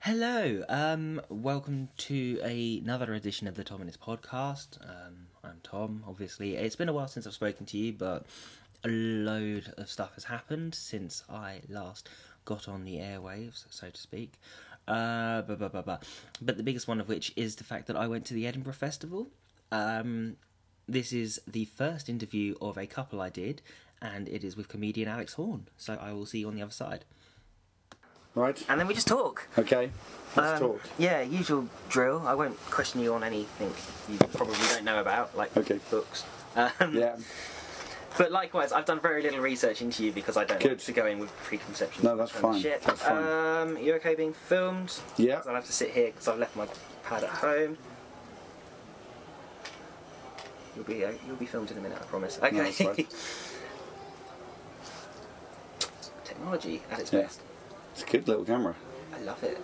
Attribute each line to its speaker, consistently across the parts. Speaker 1: Hello, um, welcome to a- another edition of the Tom and His podcast. Um, I'm Tom, obviously. It's been a while since I've spoken to you, but a load of stuff has happened since I last got on the airwaves, so to speak. Uh, blah, blah, blah, blah. But the biggest one of which is the fact that I went to the Edinburgh Festival. Um, this is the first interview of a couple I did, and it is with comedian Alex Horn. So I will see you on the other side.
Speaker 2: Right.
Speaker 1: And then we just talk.
Speaker 2: Okay. Let's
Speaker 1: Um,
Speaker 2: talk.
Speaker 1: Yeah, usual drill. I won't question you on anything you probably don't know about, like
Speaker 2: Okay.
Speaker 1: books. Um,
Speaker 2: Yeah.
Speaker 1: But likewise, I've done very little research into you because I don't
Speaker 2: Good.
Speaker 1: like to go in with preconceptions.
Speaker 2: No, that's
Speaker 1: and that
Speaker 2: fine.
Speaker 1: Shit.
Speaker 2: That's fine.
Speaker 1: Um, you okay being filmed?
Speaker 2: Yeah.
Speaker 1: 'Cause I'll have to sit here because I've left my pad at home. You'll be uh, you'll be filmed in a minute, I promise. Okay.
Speaker 2: No, that's fine.
Speaker 1: Technology at its
Speaker 2: Yeah.
Speaker 1: best.
Speaker 2: It's a good little camera.
Speaker 1: I love it.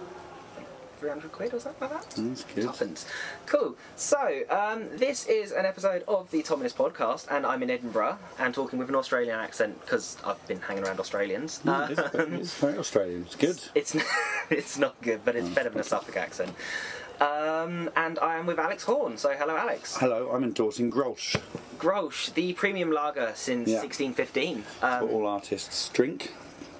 Speaker 1: Like 300 quid or something like that?
Speaker 2: That's good.
Speaker 1: Tuppence. Cool. So, um, this is an episode of the Tominist podcast, and I'm in Edinburgh and talking with an Australian accent because I've been hanging around Australians.
Speaker 2: Mm, it's,
Speaker 1: Um,
Speaker 2: it's very Australian. It's good.
Speaker 1: it's, it's not good, but
Speaker 2: Oh,
Speaker 1: it's better than a Suffolk accent. Um, and I am with Alex Horn. So, hello, Alex.
Speaker 2: Hello, I'm endorsing Grolsch.
Speaker 1: Grosh, the premium lager since
Speaker 2: Yeah.
Speaker 1: 1615.
Speaker 2: What
Speaker 1: Um,
Speaker 2: all artists drink.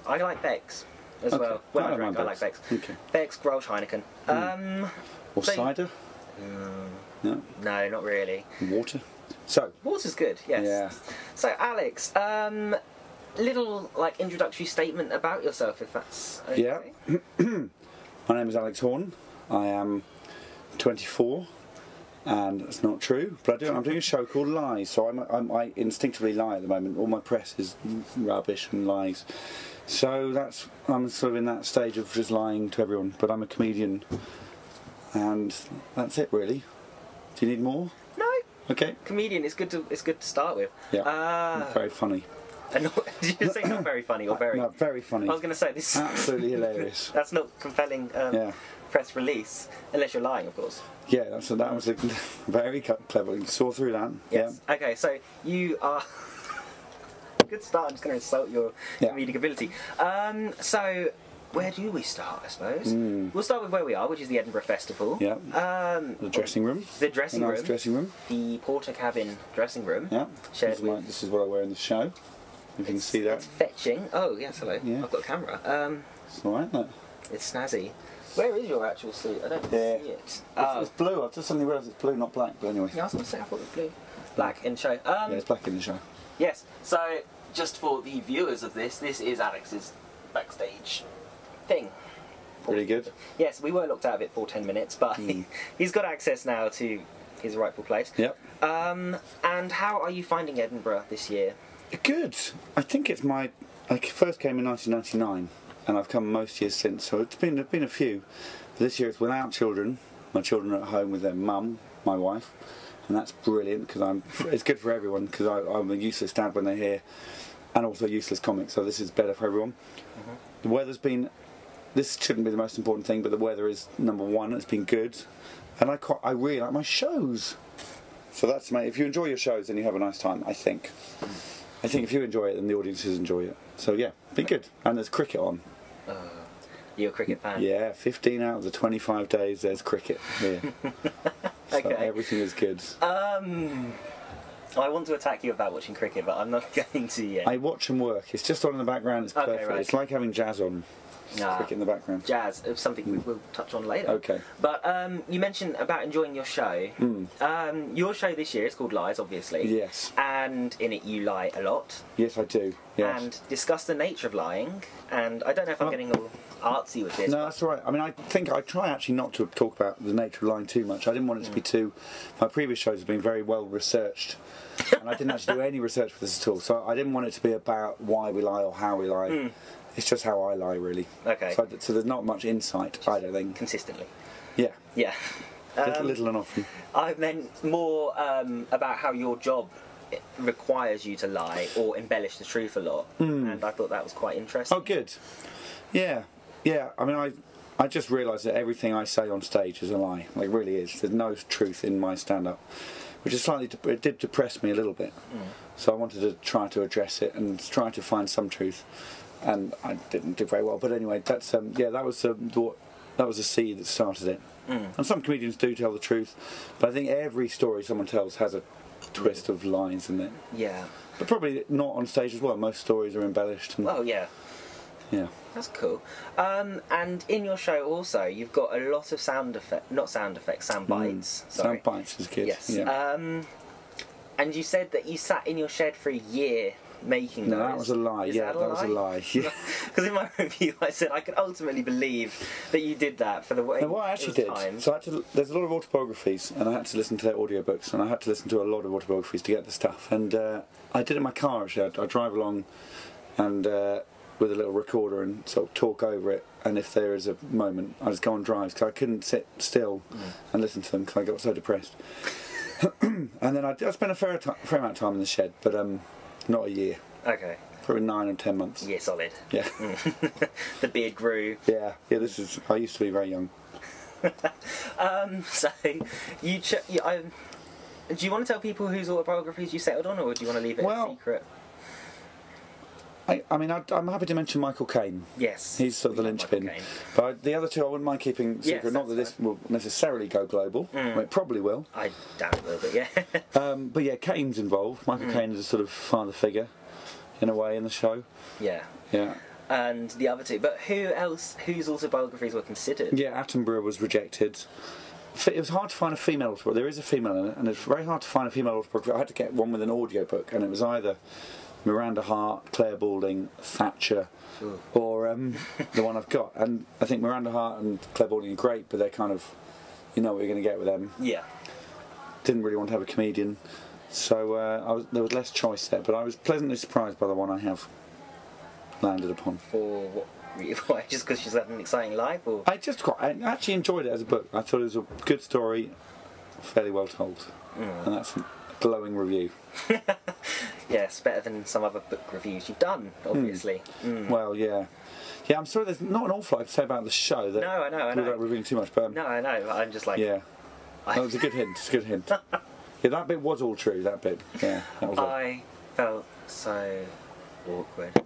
Speaker 1: I like Beck's as
Speaker 2: Okay.
Speaker 1: well. When
Speaker 2: I
Speaker 1: I,
Speaker 2: don't
Speaker 1: drink, I
Speaker 2: mind
Speaker 1: like Beck's.
Speaker 2: Beck's. Okay. Hmm.
Speaker 1: Beck's, Grosh, Heineken. Um,
Speaker 2: Or
Speaker 1: So-
Speaker 2: cider.
Speaker 1: Uh,
Speaker 2: No.
Speaker 1: no, not really.
Speaker 2: Water. So,
Speaker 1: Water's good, yes.
Speaker 2: Yeah.
Speaker 1: So, Alex, um, little like introductory statement about yourself, if that's okay.
Speaker 2: Yeah. my name is Alex Horn. I am 24. And that's not true, but I do. I'm doing a show called Lies, so I'm, I'm, I instinctively lie at the moment. All my press is rubbish and lies, so that's I'm sort of in that stage of just lying to everyone. But I'm a comedian, and that's it really. Do you need more?
Speaker 1: No,
Speaker 2: Okay.
Speaker 1: comedian. It's good to it's good to start with.
Speaker 2: Yeah.
Speaker 1: Uh,
Speaker 2: I'm very funny.
Speaker 1: and not, did you say not very funny or very?
Speaker 2: No, very funny.
Speaker 1: I was going to say this.
Speaker 2: Absolutely hilarious.
Speaker 1: That's not compelling um,
Speaker 2: Yeah.
Speaker 1: press release, unless you're lying, of course.
Speaker 2: Yeah, that's that was a very cu- clever. You saw through that.
Speaker 1: Yes. Okay, so you are. Good start. I'm just going to insult your
Speaker 2: Yeah.
Speaker 1: comedic ability. Um, so, where do we start? I suppose we'll start with where we are, which is the Edinburgh Festival.
Speaker 2: Hmm. Yeah.
Speaker 1: Um,
Speaker 2: The dressing room.
Speaker 1: The dressing
Speaker 2: a nice
Speaker 1: room.
Speaker 2: dressing room.
Speaker 1: the porter cabin dressing room.
Speaker 2: Yeah.
Speaker 1: Shared
Speaker 2: this, is my-
Speaker 1: with-
Speaker 2: this is what I wear in the show. If you can see that,
Speaker 1: It's fetching. Oh yes, hello.
Speaker 2: Yeah.
Speaker 1: I've got a camera. Um,
Speaker 2: it's all right. That.
Speaker 1: it's snazzy. Where is your actual suit? I don't
Speaker 2: Yeah.
Speaker 1: see it. Oh.
Speaker 2: It's blue. I've just suddenly realised it's blue, not black. But anyway,
Speaker 1: yeah, I was going to say I thought it was blue. Black in show. Um,
Speaker 2: yeah, it's black in the show.
Speaker 1: Yes. So, just for the viewers of this, this is Alex's backstage thing.
Speaker 2: Really good. Hmm.
Speaker 1: Yes, we were locked out of it for 10 minutes, but he's got access now to his rightful place.
Speaker 2: Yep.
Speaker 1: Um, and how are you finding Edinburgh this year?
Speaker 2: Good. I think it's my. I first came in 1999, and I've come most years since. So it's been been a few. This year it's without children. My children are at home with their mum, my wife, and that's brilliant because I'm. It's good for everyone because I'm a useless dad when they're here, and also useless comic. So this is better for everyone. The weather's been. This shouldn't be the most important thing, but the weather is number one. It's been good, and I quite, I really like my shows. So that's my. If you enjoy your shows, then you have a nice time. I think. I think if you enjoy it, then the audiences enjoy it. So yeah, be good. And there's cricket on.
Speaker 1: You're a cricket fan.
Speaker 2: Yeah, 15 out of the 25 days there's cricket here. So
Speaker 1: Okay. Uh,
Speaker 2: everything is good.
Speaker 1: I want to attack you about watching cricket, but I'm not going to yet.
Speaker 2: I watch and work. It's just on in the background. It's
Speaker 1: Okay,
Speaker 2: perfect.
Speaker 1: right.
Speaker 2: It's like having jazz on. Just
Speaker 1: Ah.
Speaker 2: Cricket in the background.
Speaker 1: Jazz, it's something we will touch on later.
Speaker 2: Okay. Hmm.
Speaker 1: But um, you mentioned about enjoying your show. Um, your show this year is called Lies, obviously.
Speaker 2: Yes.
Speaker 1: And in it, you lie a lot.
Speaker 2: Yes, I do. Yes.
Speaker 1: and discuss the nature of lying. And I don't know if I'm
Speaker 2: Oh.
Speaker 1: getting all artsy with this.
Speaker 2: No, that's all right. I mean, I think I try actually not to talk about the nature of lying too much. I didn't want it to be too. My previous shows have been very well researched, and I didn't actually do any research for this at all. So I didn't want it to be about why we lie or how we lie. It's just how I lie, really.
Speaker 1: Okay.
Speaker 2: So, so there's not much insight, I don't think.
Speaker 1: Consistently.
Speaker 2: Yeah.
Speaker 1: Yeah.
Speaker 2: little,
Speaker 1: Um,
Speaker 2: little and often.
Speaker 1: I meant more um, about how your job i- requires you to lie or embellish the truth a lot.
Speaker 2: Hmm.
Speaker 1: And I thought that was quite interesting.
Speaker 2: Oh, good. Yeah, yeah. I mean, I I just realised that everything I say on stage is a lie. Like, really is. There's no truth in my stand-up, which is slightly dep it did depress me a little bit. So I wanted to try to address it and try to find some truth, and I didn't do very well. But anyway, that's um, yeah, that was um, what that was the seed that started it. And some comedians do tell the truth, but I think every story someone tells has a twist of lines in it.
Speaker 1: Yeah.
Speaker 2: But probably not on stage as well. Most stories are embellished. And,
Speaker 1: Well, yeah.
Speaker 2: yeah.
Speaker 1: That's cool. Um, and in your show also, you've got a lot of sound effect, not sound effects, sound bites. sorry.
Speaker 2: Mm. Sound bites as kids.
Speaker 1: Yes.
Speaker 2: Yeah.
Speaker 1: Um, and you said that you sat in your shed for a year making
Speaker 2: no,
Speaker 1: those.
Speaker 2: that was a lie.
Speaker 1: Is
Speaker 2: yeah, that, was a lie. Yeah.
Speaker 1: Because in my review, I said I could ultimately believe that you did that for the way.
Speaker 2: And what I
Speaker 1: it
Speaker 2: actually
Speaker 1: was
Speaker 2: did,
Speaker 1: timed.
Speaker 2: so I had to, there's a lot of autobiographies, and I had to listen to their audiobooks, and I had to listen to a lot of autobiographies to get the stuff. And uh, I did it in my car actually. I, I drive along, and uh, with a little recorder and sort of talk over it. And if there is a moment, I just go on drives because I couldn't sit still
Speaker 1: Mm.
Speaker 2: and listen to them because I got so depressed. and then I, I spent a fair, ti fair amount of time in the shed, but um, not a year,
Speaker 1: Okay.
Speaker 2: probably nine or ten months.
Speaker 1: Yeah, solid.
Speaker 2: Yeah,
Speaker 1: The beard grew.
Speaker 2: yeah, yeah. This is I used to be very young.
Speaker 1: Um, so you, ch- you I, do you want to tell people whose autobiographies you settled on, or do you want to leave it a
Speaker 2: Well-
Speaker 1: secret?
Speaker 2: I, I mean, I, I'm happy to mention Michael Caine.
Speaker 1: Yes.
Speaker 2: He's sort of the
Speaker 1: We love Michael
Speaker 2: linchpin.
Speaker 1: Caine.
Speaker 2: But I- the other two I wouldn't mind keeping secret.
Speaker 1: Yes,
Speaker 2: Not that
Speaker 1: that's Mm.
Speaker 2: this will necessarily go global. Well, it probably will.
Speaker 1: I doubt it a little bit. Yeah.
Speaker 2: Um, but yeah, Kane's involved.
Speaker 1: Mm.
Speaker 2: Michael Caine is a sort of father figure, in a way, in the show.
Speaker 1: yeah.
Speaker 2: Yeah.
Speaker 1: And the other two, but who else? Whose autobiographies were considered?
Speaker 2: Yeah, Attenborough was rejected. F- It was hard to find a female autobiography. There is a female in it, and it's very hard to find a female autobiography. I had to get one with an audiobook, and it was either Miranda Hart, Claire Balding, Thatcher,
Speaker 1: Ooh.
Speaker 2: or um, the one I've got. And I think Miranda Hart and Claire Balding are great, but they're kind of, you know what you're going to get with them.
Speaker 1: Yeah.
Speaker 2: didn't really want to have a comedian, so uh, I was, there was less choice there. But I was pleasantly surprised by the one I have landed upon.
Speaker 1: For what? re- Why? Just because she's had an exciting life, or
Speaker 2: I just quite, I actually enjoyed it as a book. I thought it was a good story, fairly well told, and that's a glowing review.
Speaker 1: yes, better than some other book reviews you've done,
Speaker 2: Hmm.
Speaker 1: obviously. Mm.
Speaker 2: Well, yeah, yeah. I'm sorry, there's not an awful lot to say about the show. That
Speaker 1: No, I know, I know.
Speaker 2: Without revealing too much, but um,
Speaker 1: No, I know. but I'm just like,
Speaker 2: yeah, that was a good hint. It's a good hint. Yeah, that bit was all true. That bit, yeah, that was. all.
Speaker 1: I felt so awkward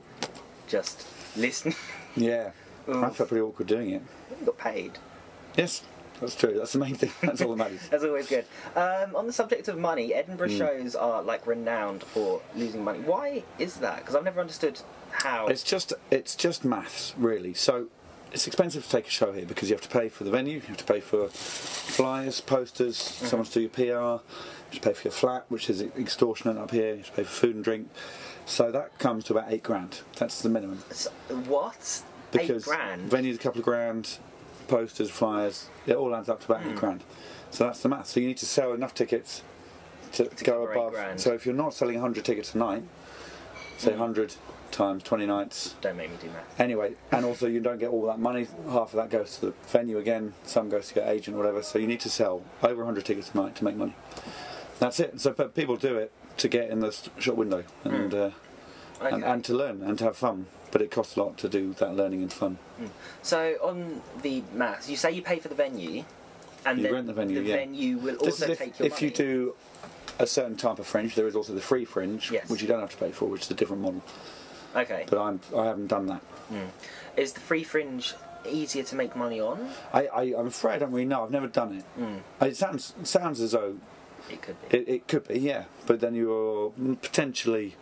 Speaker 1: just listening.
Speaker 2: Yeah, I
Speaker 1: Oof.
Speaker 2: felt pretty awkward doing it.
Speaker 1: you got paid.
Speaker 2: Yes, that's true. That's the main thing. That's all that matters.
Speaker 1: That's always good. Um, on the subject of money,
Speaker 2: Hmm.
Speaker 1: Edinburgh shows are like renowned for losing money. Why is that? Because I've never understood how.
Speaker 2: It's just it's just maths, really. So it's expensive to take a show here because you have to pay for the venue, you have to pay for flyers, posters,
Speaker 1: Mm-hmm.
Speaker 2: someone's to do your PR, you have to pay for your flat, which is extortionate up here. You have to pay for food and drink. So that comes to about eight grand. That's the minimum.
Speaker 1: S- what?
Speaker 2: Because
Speaker 1: Eight grand.
Speaker 2: venue's a couple of grand, posters, flyers, it all adds up to about eight
Speaker 1: Mm.
Speaker 2: grand. So that's the maths. So you need to sell enough tickets to, go
Speaker 1: cover eight
Speaker 2: above.
Speaker 1: grand. Mm.
Speaker 2: So if you're not selling 100 tickets a night, say 100 times 20 nights,
Speaker 1: Don't make me do math.
Speaker 2: Anyway, and also you don't get all that money. Half of that goes to the venue again. Some goes to your agent, or whatever. So you need to sell over 100 tickets a night to make money. That's it. So but people do it to get in the s- shop window and,
Speaker 1: Mm.
Speaker 2: uh,
Speaker 1: Okay.
Speaker 2: and and to learn and to have fun. But it costs a lot to do that learning and fun.
Speaker 1: so on the maths, you say you pay for the venue, and
Speaker 2: You
Speaker 1: then
Speaker 2: rent the venue, yeah.
Speaker 1: venue will
Speaker 2: This
Speaker 1: also
Speaker 2: is if,
Speaker 1: take your
Speaker 2: if
Speaker 1: money.
Speaker 2: you do a certain type of fringe. There is also the free fringe,
Speaker 1: Yes.
Speaker 2: which you don't have to pay for, which is a different model.
Speaker 1: Okay.
Speaker 2: But I'm I haven't done that.
Speaker 1: Is the free fringe easier to make money on?
Speaker 2: I, I I'm afraid I don't really know. I've never done it.
Speaker 1: Mm.
Speaker 2: It sounds sounds as though
Speaker 1: It could be.
Speaker 2: It, it could be, yeah. But then you're potentially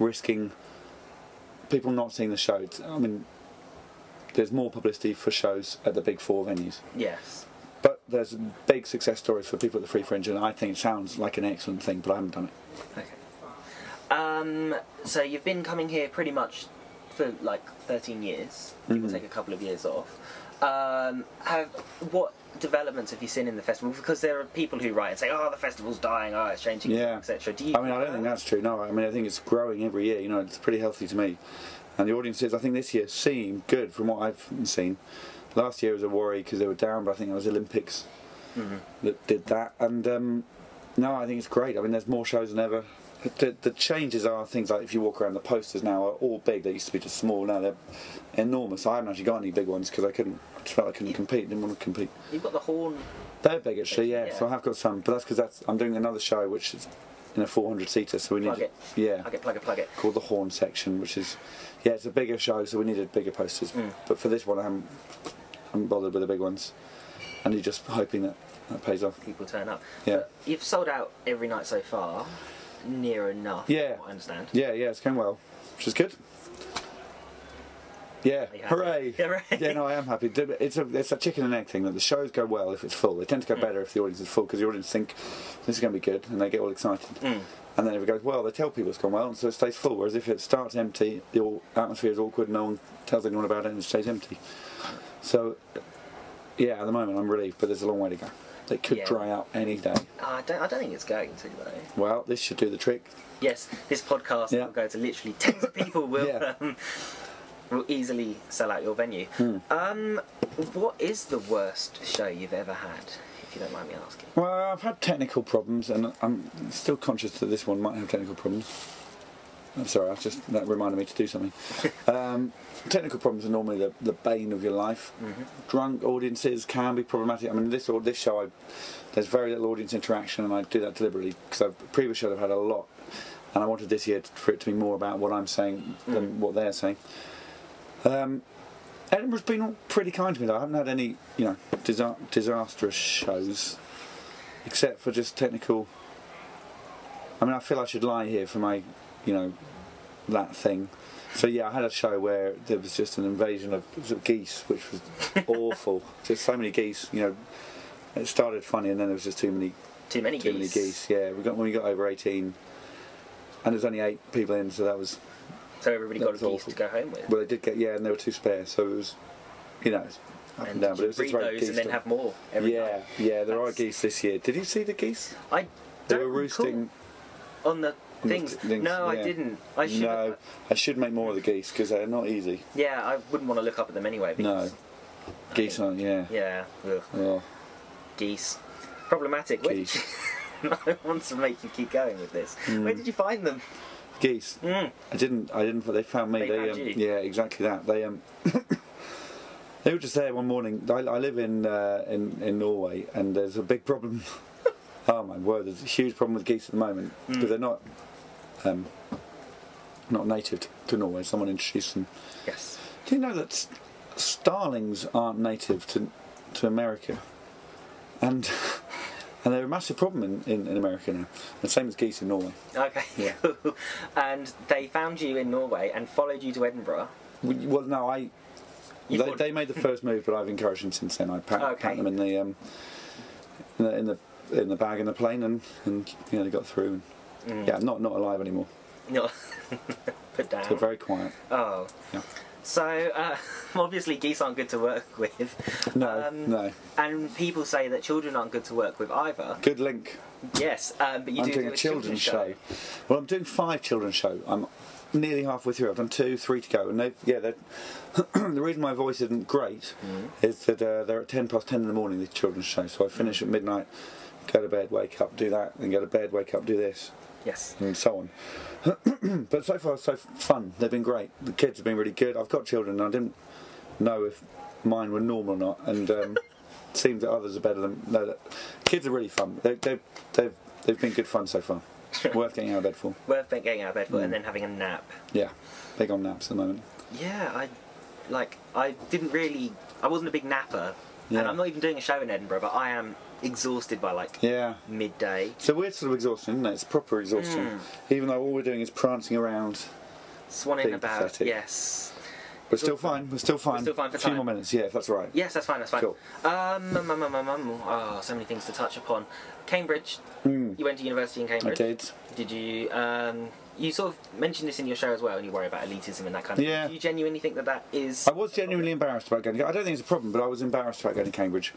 Speaker 2: risking people not seeing the show. It's- I mean, there's more publicity for shows at the big four venues.
Speaker 1: yes.
Speaker 2: But there's a big success story for people at the Free Fringe, and I think it sounds like an excellent thing, but I haven't done it.
Speaker 1: Okay. Um, so you've been coming here pretty much for like 13 years. Give or
Speaker 2: Mm-hmm.
Speaker 1: take a couple of years off. Um, have what developments have you seen in the festival? Because there are people who write and say, "Oh, the festival's dying. Oh, it's changing,
Speaker 2: Yeah.
Speaker 1: etc." Do you?
Speaker 2: I mean, I don't think that's true. No, I mean, I think it's growing every year. You know, it's pretty healthy to me. And the audiences, I think this year seem good from what I've seen. Last year was a worry because they were down, but I think it was Olympics that did that. And um, no, I think it's great. I mean, there's more shows than ever. The, the changes are things like if you walk around, the posters now are all big. They used to be just small. Now they're enormous. I haven't actually got any big ones because I couldn't. I just felt I couldn't compete. Didn't want to compete.
Speaker 1: You've got the horn.
Speaker 2: They're big actually, yeah.
Speaker 1: Yeah.
Speaker 2: So I have got some, but that's because that's I'm doing another show which is in a 400 seater, so we need
Speaker 1: Plug it.
Speaker 2: yeah,
Speaker 1: Plug it. Plug it. Plug it.
Speaker 2: called the Horn
Speaker 1: Mm.
Speaker 2: section, which is yeah, it's a bigger show, so we needed bigger posters. But for this one, I haven't haven't bothered with the big ones, and you're just hoping that that pays off.
Speaker 1: people turn up.
Speaker 2: Yeah.
Speaker 1: But you've sold out every night so far, near enough. from
Speaker 2: Yeah.
Speaker 1: what I understand.
Speaker 2: Yeah, yeah, it's going well, which is good. Yeah,
Speaker 1: you happy?
Speaker 2: hooray!
Speaker 1: Yeah, right.
Speaker 2: Yeah, no, I am happy. It's a it's a chicken and egg thing that the shows go well if it's full. They tend to go
Speaker 1: Mm.
Speaker 2: better if the audience is full because the audience think this is going to be good and they get all excited.
Speaker 1: Mm.
Speaker 2: And then if it goes well, they tell people it's gone well, and so it stays full. Whereas if it starts empty, the au- atmosphere is awkward. No one tells anyone about it, and it stays empty. So, yeah, at the moment I'm relieved, but there's a long way to go. It could
Speaker 1: Yeah.
Speaker 2: dry out any day.
Speaker 1: I don't. I don't think it's going to though.
Speaker 2: Well, this should do the trick.
Speaker 1: Yes, this podcast
Speaker 2: Yeah.
Speaker 1: will go to literally tens of people. Will
Speaker 2: Yeah.
Speaker 1: um, will easily sell out your venue.
Speaker 2: Hmm.
Speaker 1: Um, what is the worst show you've ever had? If you don't mind me asking.
Speaker 2: Well, I've had technical problems, and I'm still conscious that this one might have technical problems. I'm sorry, I just that reminded me to do something. um, technical problems are normally the, the bane of your life. Drunk audiences can be problematic. I mean, this or this show, I, there's very little audience interaction, and I do that deliberately because previous shows I've had a lot, and I wanted this year for it to be more about what I'm saying than what they're saying. Um, Edinburgh's been pretty kind to me though. I haven't had any, you know, disa- disastrous shows, except for just technical. I mean, I feel I should lie here for my, you know, that thing. So yeah, I had a show where there was just an invasion of, was it geese, which was awful. Just so many geese. You know, it started funny and then there was just too many
Speaker 1: Too many
Speaker 2: too
Speaker 1: geese.
Speaker 2: many geese. Yeah, we got when we got over eighteen, and there was only eight people in, so that was
Speaker 1: So everybody
Speaker 2: That
Speaker 1: got a
Speaker 2: was
Speaker 1: geese
Speaker 2: awful.
Speaker 1: to go home with.
Speaker 2: well, they did get yeah, and there were two spare, so it was, you know, it's up and,
Speaker 1: and
Speaker 2: down. But it was
Speaker 1: breed
Speaker 2: just very
Speaker 1: those and then have more every
Speaker 2: yeah,
Speaker 1: night.
Speaker 2: yeah, there
Speaker 1: That's-
Speaker 2: are geese this year. Did you see the geese?
Speaker 1: I
Speaker 2: They
Speaker 1: don't
Speaker 2: were
Speaker 1: recall
Speaker 2: roosting.
Speaker 1: on the
Speaker 2: on the
Speaker 1: things.
Speaker 2: th- things,
Speaker 1: No, I
Speaker 2: yeah.
Speaker 1: didn't. I should.
Speaker 2: No, I should make more of the geese because they're not easy.
Speaker 1: Yeah, I wouldn't want to look up at them anyway.
Speaker 2: No,
Speaker 1: Because,
Speaker 2: geese aren't. Yeah.
Speaker 1: Yeah. ugh.
Speaker 2: Oh,
Speaker 1: geese. Problematic. Where did
Speaker 2: Geese.
Speaker 1: you- I want to make you keep going with this. Where did you find them?
Speaker 2: Hmm. geese.
Speaker 1: Mm.
Speaker 2: I didn't. I didn't. They found me.
Speaker 1: They found
Speaker 2: um,
Speaker 1: you.
Speaker 2: Yeah, exactly that. They um. They were just there one morning. I, I live in, uh, in in Norway, and there's a big problem. oh my word! There's a huge problem with geese at the moment
Speaker 1: Mm.
Speaker 2: because they're not um, not native to, to Norway. Someone introduced them.
Speaker 1: Yes.
Speaker 2: Do you know that s- starlings aren't native to to America, and and they're a massive problem in, in, in America now. The same as geese in Norway.
Speaker 1: Okay.
Speaker 2: Yeah.
Speaker 1: and they found you in Norway and followed you to Edinburgh.
Speaker 2: We- Well, no, I.
Speaker 1: You
Speaker 2: They,
Speaker 1: thought-
Speaker 2: they made the first move, but I've encouraged them since then. I pat,
Speaker 1: Okay.
Speaker 2: pat them in the, um, in the in the in the bag in the plane, and, and you know they got through.
Speaker 1: Mm.
Speaker 2: And, Yeah, not not alive anymore.
Speaker 1: No. Put down.
Speaker 2: They're very quiet.
Speaker 1: Oh.
Speaker 2: Yeah.
Speaker 1: So uh, obviously geese aren't good to work with.
Speaker 2: No,
Speaker 1: Um,
Speaker 2: no.
Speaker 1: And people say that children aren't good to work with either.
Speaker 2: Good link.
Speaker 1: Yes, um, but you
Speaker 2: I'm
Speaker 1: do
Speaker 2: doing
Speaker 1: do
Speaker 2: a children's show. Well, I'm doing five children's show. I'm nearly halfway through. I've done two, three to go, and they yeah. they're- the reason my voice isn't great is that uh, they're at ten past ten in the morning. The children's show, so I finish at midnight, go to bed, wake up, do that, then go to bed, wake up, do this.
Speaker 1: Yes.
Speaker 2: and so on. but so far, so fun. They've been great. The kids have been really good. I've got children, and I didn't know if mine were normal or not, and um, it seems that others are better than. No, that, kids are really fun. They, they, they've they've been good fun so far. Worth getting out of bed for.
Speaker 1: Worth getting out of bed
Speaker 2: Mm.
Speaker 1: for and then having a nap.
Speaker 2: Yeah, big on naps at the moment.
Speaker 1: Yeah, I like I didn't really I wasn't a big napper. And
Speaker 2: Yeah.
Speaker 1: I'm not even doing a show in Edinburgh, but I am exhausted by like
Speaker 2: Yeah.
Speaker 1: midday.
Speaker 2: So we're sort of exhaustion, isn't it? It's proper exhaustion. Even though all we're doing is prancing around,
Speaker 1: Swanning
Speaker 2: Being
Speaker 1: about
Speaker 2: pathetic.
Speaker 1: yes.
Speaker 2: we're still fine. We're still fine.
Speaker 1: still fine for
Speaker 2: a few
Speaker 1: time.
Speaker 2: more minutes. Yeah, if that's all right.
Speaker 1: Yes, that's fine, that's fine.
Speaker 2: Cool.
Speaker 1: Um, um, um, um, um, um, oh, so many things to touch upon. Cambridge.
Speaker 2: Hmm.
Speaker 1: You went to university in
Speaker 2: I
Speaker 1: Cambridge.
Speaker 2: did.
Speaker 1: Did you um you sort of mentioned this in your show as well and you worry about elitism and that kind of
Speaker 2: Yeah.
Speaker 1: thing. Do you genuinely think that that is
Speaker 2: I was genuinely embarrassed about going. To, I don't think it's a problem, but I was embarrassed about going to Cambridge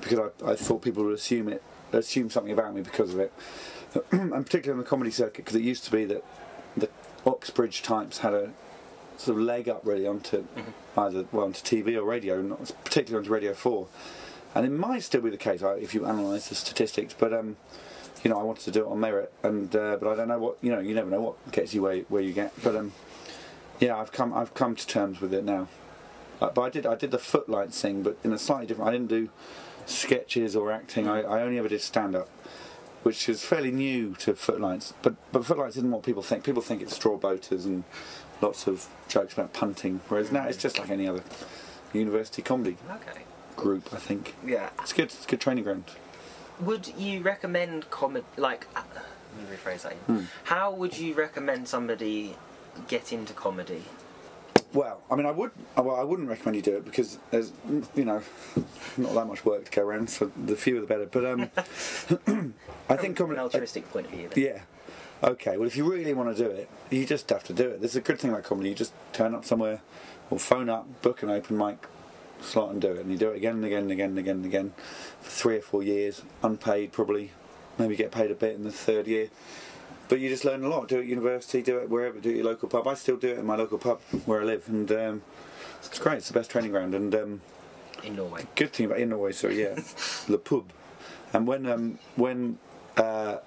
Speaker 2: because I, I thought people would assume it, assume something about me because of it, and particularly on the comedy circuit because it used to be that the Oxbridge types had a sort of leg up really onto either well onto TV or radio, not particularly onto Radio Four, and it might still be the case I- if you analyse the statistics, but um. You know, I wanted to do it on merit, and uh, but I don't know what you know. You never know what gets you where, where you get. But um, yeah, I've come I've come to terms with it now. Uh, but I did I did the footlight thing, but in a slightly different. I didn't do sketches or acting. I, I only ever did stand up, which is fairly new to footlights. But but footlights isn't what people think. People think it's straw boaters and lots of jokes about punting, whereas now it's just like any other university comedy.
Speaker 1: Okay.
Speaker 2: group. I think
Speaker 1: Yeah.
Speaker 2: it's good. It's a good training ground.
Speaker 1: Would you recommend comedy? Like, uh, let me rephrase that.
Speaker 2: Hmm.
Speaker 1: How would you recommend somebody get into comedy?
Speaker 2: Well, I mean, I would. Well, I wouldn't recommend you do it because there's, you know, not that much work to go around. So the fewer the better. But um, I think
Speaker 1: From an
Speaker 2: comedy.
Speaker 1: altruistic point of view. Then.
Speaker 2: Yeah. Okay. Well, if you really want to do it, you just have to do it. This is a good thing about comedy. You just turn up somewhere, or phone up, book an open mic slot, and do it. And you do it again and again and again and again and again for three or four years, unpaid probably. Maybe get paid a bit in the third year. But you just learn a lot. Do it at university. Do it wherever. Do it at your local pub. I still do it in my local pub where I live, and um, it's great. It's the best training ground. And um,
Speaker 1: In Norway.
Speaker 2: good thing about in Norway, so yeah, the pub. And when um, when uh,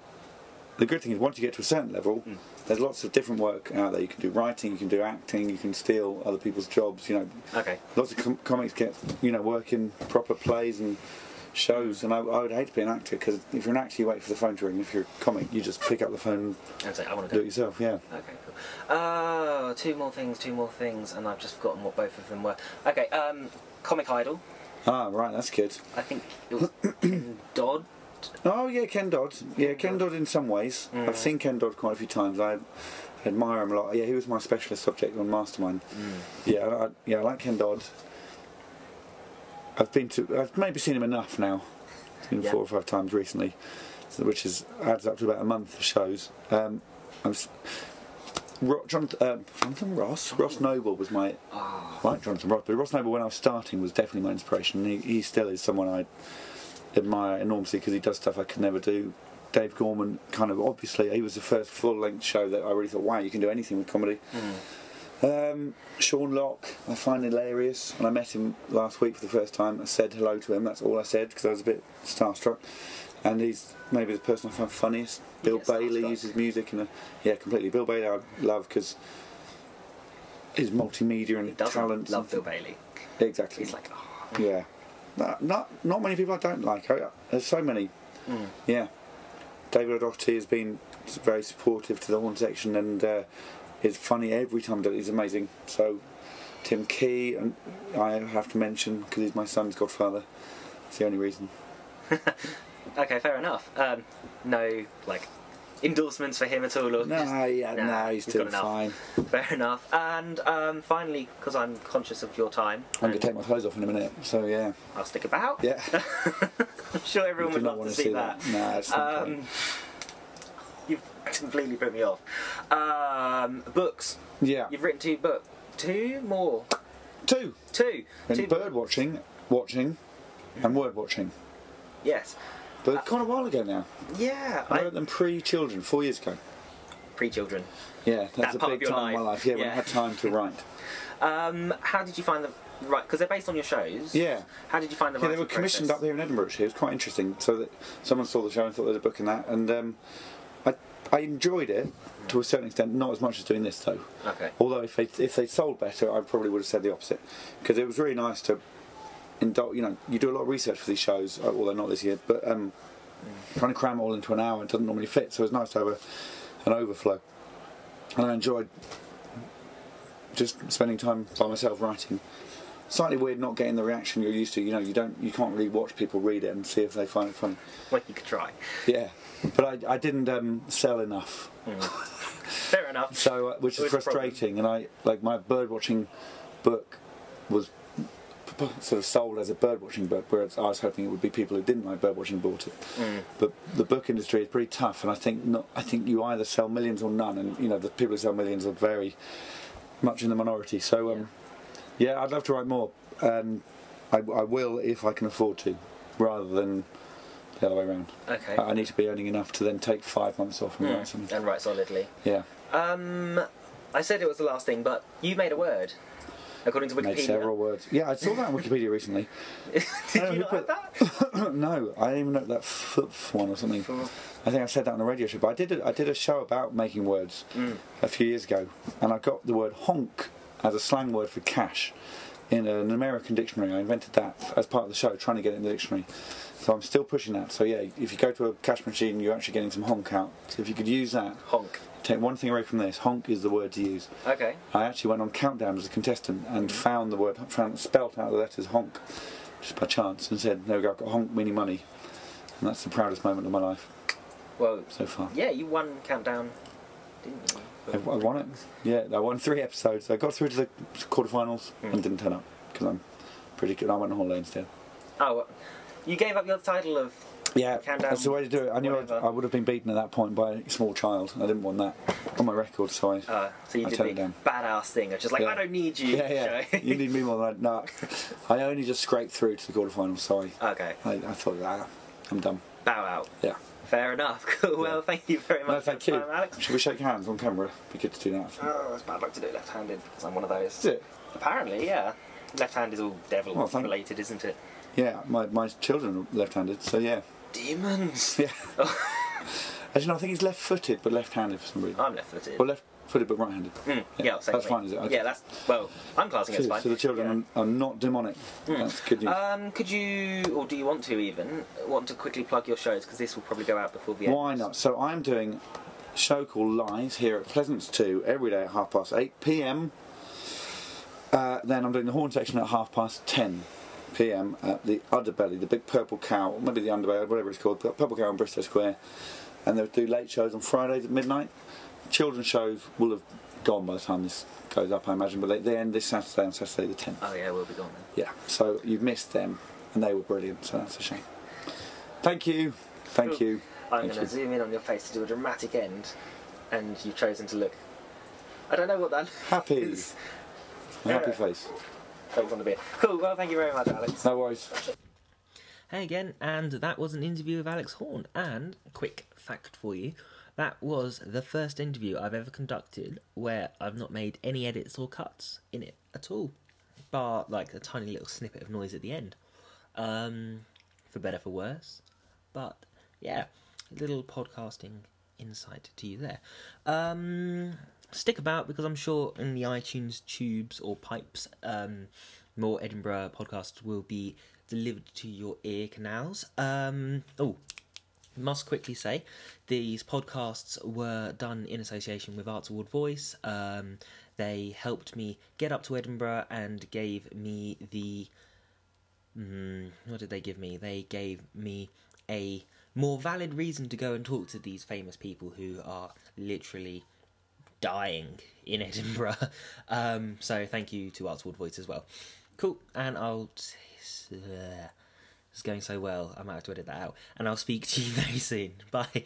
Speaker 2: the good thing is once you get to a certain level, there's lots of different work out there. You can do writing, you can do acting, you can steal other people's jobs. You know,
Speaker 1: Okay.
Speaker 2: lots of com- comics get you know work in proper plays and shows. And I, I would hate to be an actor because if you're an actor, you wait for the phone to ring. If you're a comic, you just pick up the phone
Speaker 1: And say, I want
Speaker 2: and
Speaker 1: to
Speaker 2: do
Speaker 1: go.
Speaker 2: it yourself. Yeah.
Speaker 1: Okay, cool. Oh, two more things, two more things, and I've just forgotten what both of them were. Okay, um, Comic Idol.
Speaker 2: Ah, right, that's good.
Speaker 1: I think it was Ken Dodd.
Speaker 2: Oh yeah, Ken Dodd. Yeah, Ken Dodd in some ways. I've seen Ken Dodd quite a few times. I admire him a lot. Yeah, he was my specialist subject on Mastermind. Yeah, I, I- yeah, I like Ken Dodd. I've been to. I've maybe seen him enough now. Seen him
Speaker 1: Yeah.
Speaker 2: four or five times recently, so- which is adds up to about a month of shows. Um, I was. Ro- Jonathan, um, Jonathan Ross, Ross Noble was my
Speaker 1: Oh,
Speaker 2: I like Jonathan Ross, but Ross Noble when I was starting was definitely my inspiration. He, he still is someone I admire enormously because he does stuff I could never do. Dave Gorman, kind of obviously, he was the first full-length show that I really thought, wow, you can do anything with comedy.
Speaker 1: Hmm.
Speaker 2: Um, Sean Locke, I find hilarious, and I met him last week for the first time. I said hello to him. That's all I said because I was a bit starstruck. And he's maybe the person I find funniest. Bill
Speaker 1: get
Speaker 2: Bailey
Speaker 1: starstruck.
Speaker 2: uses music and a, yeah, completely. Bill Bailey I love because his multimedia and
Speaker 1: he doesn't
Speaker 2: talent.
Speaker 1: love Bill Bailey.
Speaker 2: Exactly.
Speaker 1: He's like, oh,
Speaker 2: yeah. Not, not not many people I don't like. I, there's so many.
Speaker 1: Hmm.
Speaker 2: Yeah. David O'Doherty has been very supportive to the horn section and uh, is funny every time. that He's amazing. So Tim Key and I have to mention because he's my son's godfather. It's the only reason.
Speaker 1: okay, fair enough. Um, no, like, endorsements for him at all. Or
Speaker 2: No, yeah,
Speaker 1: nah,
Speaker 2: no, he's
Speaker 1: he's
Speaker 2: doing
Speaker 1: got enough.
Speaker 2: fine.
Speaker 1: Fair enough. And um, finally, because I'm conscious of your time,
Speaker 2: I'm gonna
Speaker 1: and
Speaker 2: take my clothes off in a minute. So yeah,
Speaker 1: I'll stick about.
Speaker 2: yeah.
Speaker 1: I'm sure everyone
Speaker 2: You
Speaker 1: would
Speaker 2: do not
Speaker 1: love
Speaker 2: want
Speaker 1: to see that.
Speaker 2: No, it's not
Speaker 1: Um,
Speaker 2: great.
Speaker 1: you've completely put me off. Um, books.
Speaker 2: Yeah,
Speaker 1: You've written two books. Two more.
Speaker 2: two.
Speaker 1: Two. two
Speaker 2: And bird watching, watching, and word watching.
Speaker 1: Yes.
Speaker 2: But quite a while ago now.
Speaker 1: Yeah.
Speaker 2: I
Speaker 1: I,
Speaker 2: wrote them pre-children, four years ago.
Speaker 1: pre-children.
Speaker 2: Yeah, that's
Speaker 1: That part
Speaker 2: a
Speaker 1: of
Speaker 2: big
Speaker 1: your
Speaker 2: time in my
Speaker 1: life.
Speaker 2: life. Yeah, when I
Speaker 1: Yeah.
Speaker 2: had time to write.
Speaker 1: Um, how did you find the right? Because they're based on your shows.
Speaker 2: Yeah.
Speaker 1: How did you find the?
Speaker 2: Yeah, they
Speaker 1: writing
Speaker 2: were commissioned
Speaker 1: process?
Speaker 2: up here in Edinburgh. Actually, it was quite interesting. So that someone saw the show and thought there's a book in that, and um, I I enjoyed it to a certain extent, not as much as doing this though.
Speaker 1: Okay.
Speaker 2: Although if they if they sold better, I probably would have said the opposite because it was really nice to indulge. You know, you do a lot of research for these shows, uh, although not this year. But um, trying to cram it all into an hour it doesn't normally fit, so it was nice to have a, an overflow. And I enjoyed just spending time by myself writing. Slightly weird not getting the reaction you're used to. You know, you don't, you can't really watch people read it and see if they find it funny.
Speaker 1: Well, you could try.
Speaker 2: Yeah, but I, I didn't um, sell enough
Speaker 1: Fair enough.
Speaker 2: so uh, which is
Speaker 1: Always a problem.
Speaker 2: frustrating and i like my bird watching book was p- p- sort of sold as a bird watching book whereas i was hoping it would be people who didn't like bird watching bought it
Speaker 1: Mm.
Speaker 2: but the book industry is pretty tough and i think not i think you either sell millions or none and you know the people who sell millions are very much in the minority so um yeah, i'd love to write more and I, I will if i can afford to rather than the other way around
Speaker 1: Okay.
Speaker 2: I I need to be earning enough to then take five months off and
Speaker 1: Hmm.
Speaker 2: write something.
Speaker 1: And right solidly.
Speaker 2: Yeah.
Speaker 1: Um, I said it was the last thing, but you made a word, according to
Speaker 2: made
Speaker 1: Wikipedia.
Speaker 2: several words. Yeah, I saw that on Wikipedia recently.
Speaker 1: Did you
Speaker 2: Oh, who
Speaker 1: not have
Speaker 2: put-
Speaker 1: that?
Speaker 2: no, I didn't even know that f one or something. I think I said that on the radio show, but I did a, I did a show about making words
Speaker 1: Mm.
Speaker 2: a few years ago, and I got the word honk as a slang word for cash in an American dictionary. I invented that as part of the show, trying to get it in the dictionary. So I'm still pushing that. So yeah, if you go to a cash machine, you're actually getting some honk out. So if you could use that,
Speaker 1: Honk.
Speaker 2: take one thing away from this. Honk is the word to use.
Speaker 1: Okay.
Speaker 2: I actually went on Countdown as a contestant and found the word found spelt out the letters honk, just by chance, and said, "There we go, I've got honk mini money," and that's the proudest moment of my life
Speaker 3: Well,
Speaker 2: so far.
Speaker 3: yeah, you won Countdown, didn't you?
Speaker 2: I, I won it. Yeah, I won three episodes. I got through to the quarterfinals
Speaker 3: Mm.
Speaker 2: and didn't turn up because I'm pretty good. I went on holiday instead.
Speaker 3: Oh, well, you gave up your title of.
Speaker 2: Yeah,
Speaker 3: Countdown,
Speaker 2: that's the way to do it. I knew I'd,
Speaker 3: whatever.
Speaker 2: I would have been beaten at that point by a small child. I didn't want that on my record, so I.
Speaker 3: Uh, so you
Speaker 2: I
Speaker 3: did
Speaker 2: turned
Speaker 3: the
Speaker 2: it down.
Speaker 3: badass thing of just like
Speaker 2: Yeah.
Speaker 3: I don't need you.
Speaker 2: yeah, yeah.
Speaker 3: you know?
Speaker 2: you need me more than I. No, I only just scraped through to the quarterfinals, so I.
Speaker 3: okay,
Speaker 2: I, I thought, ah, I'm done.
Speaker 3: bow out.
Speaker 2: Yeah.
Speaker 3: Fair enough. Cool. Well,
Speaker 2: Yeah.
Speaker 3: thank you very much.
Speaker 2: No,
Speaker 3: for
Speaker 2: thank
Speaker 3: your
Speaker 2: you.
Speaker 3: time, Alex.
Speaker 2: Should we shake hands on camera? Be good to do that. I think.
Speaker 3: Oh, it's bad luck to do it left-handed because I'm one of those.
Speaker 2: Is it?
Speaker 3: Apparently, yeah. Left hand is all devil
Speaker 2: Well, thank-
Speaker 3: related, isn't it?
Speaker 2: Yeah, my, my children are left-handed, so yeah.
Speaker 3: Demons.
Speaker 2: Yeah. Actually, no, I think he's left-footed but left-handed for some reason.
Speaker 3: I'm left-footed.
Speaker 2: Well, left-footed but right-handed.
Speaker 3: Mm, yeah, same
Speaker 2: that's
Speaker 3: thing.
Speaker 2: fine, is it? Okay.
Speaker 3: Yeah, that's well. I'm classing it as
Speaker 2: So,
Speaker 3: fine. Hmm.
Speaker 2: so the children are, are not demonic. That's good news.
Speaker 3: Yeah. Um, could you, or do you want to even want to quickly plug your shows because this will probably go out before the end.
Speaker 2: Why not? So I'm doing a show called Lies here at Pleasance 2 every day at half past 8 pm. Uh, then I'm doing the horn section at half past 10 pm at the Underbelly, the big purple cow, or maybe the Underbelly, whatever it's called, but Purple Cow in Bristol Square. And they'll do late shows on Fridays at midnight. Children's shows will have gone by the time this goes up, I imagine, but they, they end this Saturday on Saturday the 10th.
Speaker 3: Oh yeah, we'll be gone then.
Speaker 2: Yeah, so you've missed them, and they were brilliant, so that's a shame. Thank you. Thank
Speaker 3: Cool.
Speaker 2: you.
Speaker 3: I'm
Speaker 2: Thank
Speaker 3: going to
Speaker 2: you.
Speaker 3: zoom in on your face to do a dramatic end, and you've chosen to look. I don't know what that
Speaker 2: Happy.
Speaker 3: is.
Speaker 2: My happy
Speaker 3: Yeah.
Speaker 2: face.
Speaker 3: Focus on the beer. Cool. Well, thank you very much, Alex.
Speaker 2: No worries.
Speaker 1: Hey again, and that was an interview with Alex Horn. And quick fact for you that was the first interview I've ever conducted where I've not made any edits or cuts in it at all, bar like a tiny little snippet of noise at the end. Um, for better, for worse. But yeah, a little podcasting insight to you there. Um, stick about because I'm sure in the iTunes tubes or pipes, um, more Edinburgh podcasts will be delivered to your ear canals. Um, oh, must quickly say these podcasts were done in association with Arts Award Voice. Um, they helped me get up to Edinburgh and gave me the mm, what did they give me? They gave me a more valid reason to go and talk to these famous people who are literally dying in Edinburgh. Um, so thank you to Arts Ward Voice as well. Cool, and I'll. uh, It's going so well. I might have to edit that out. And I'll speak to you very soon. Bye.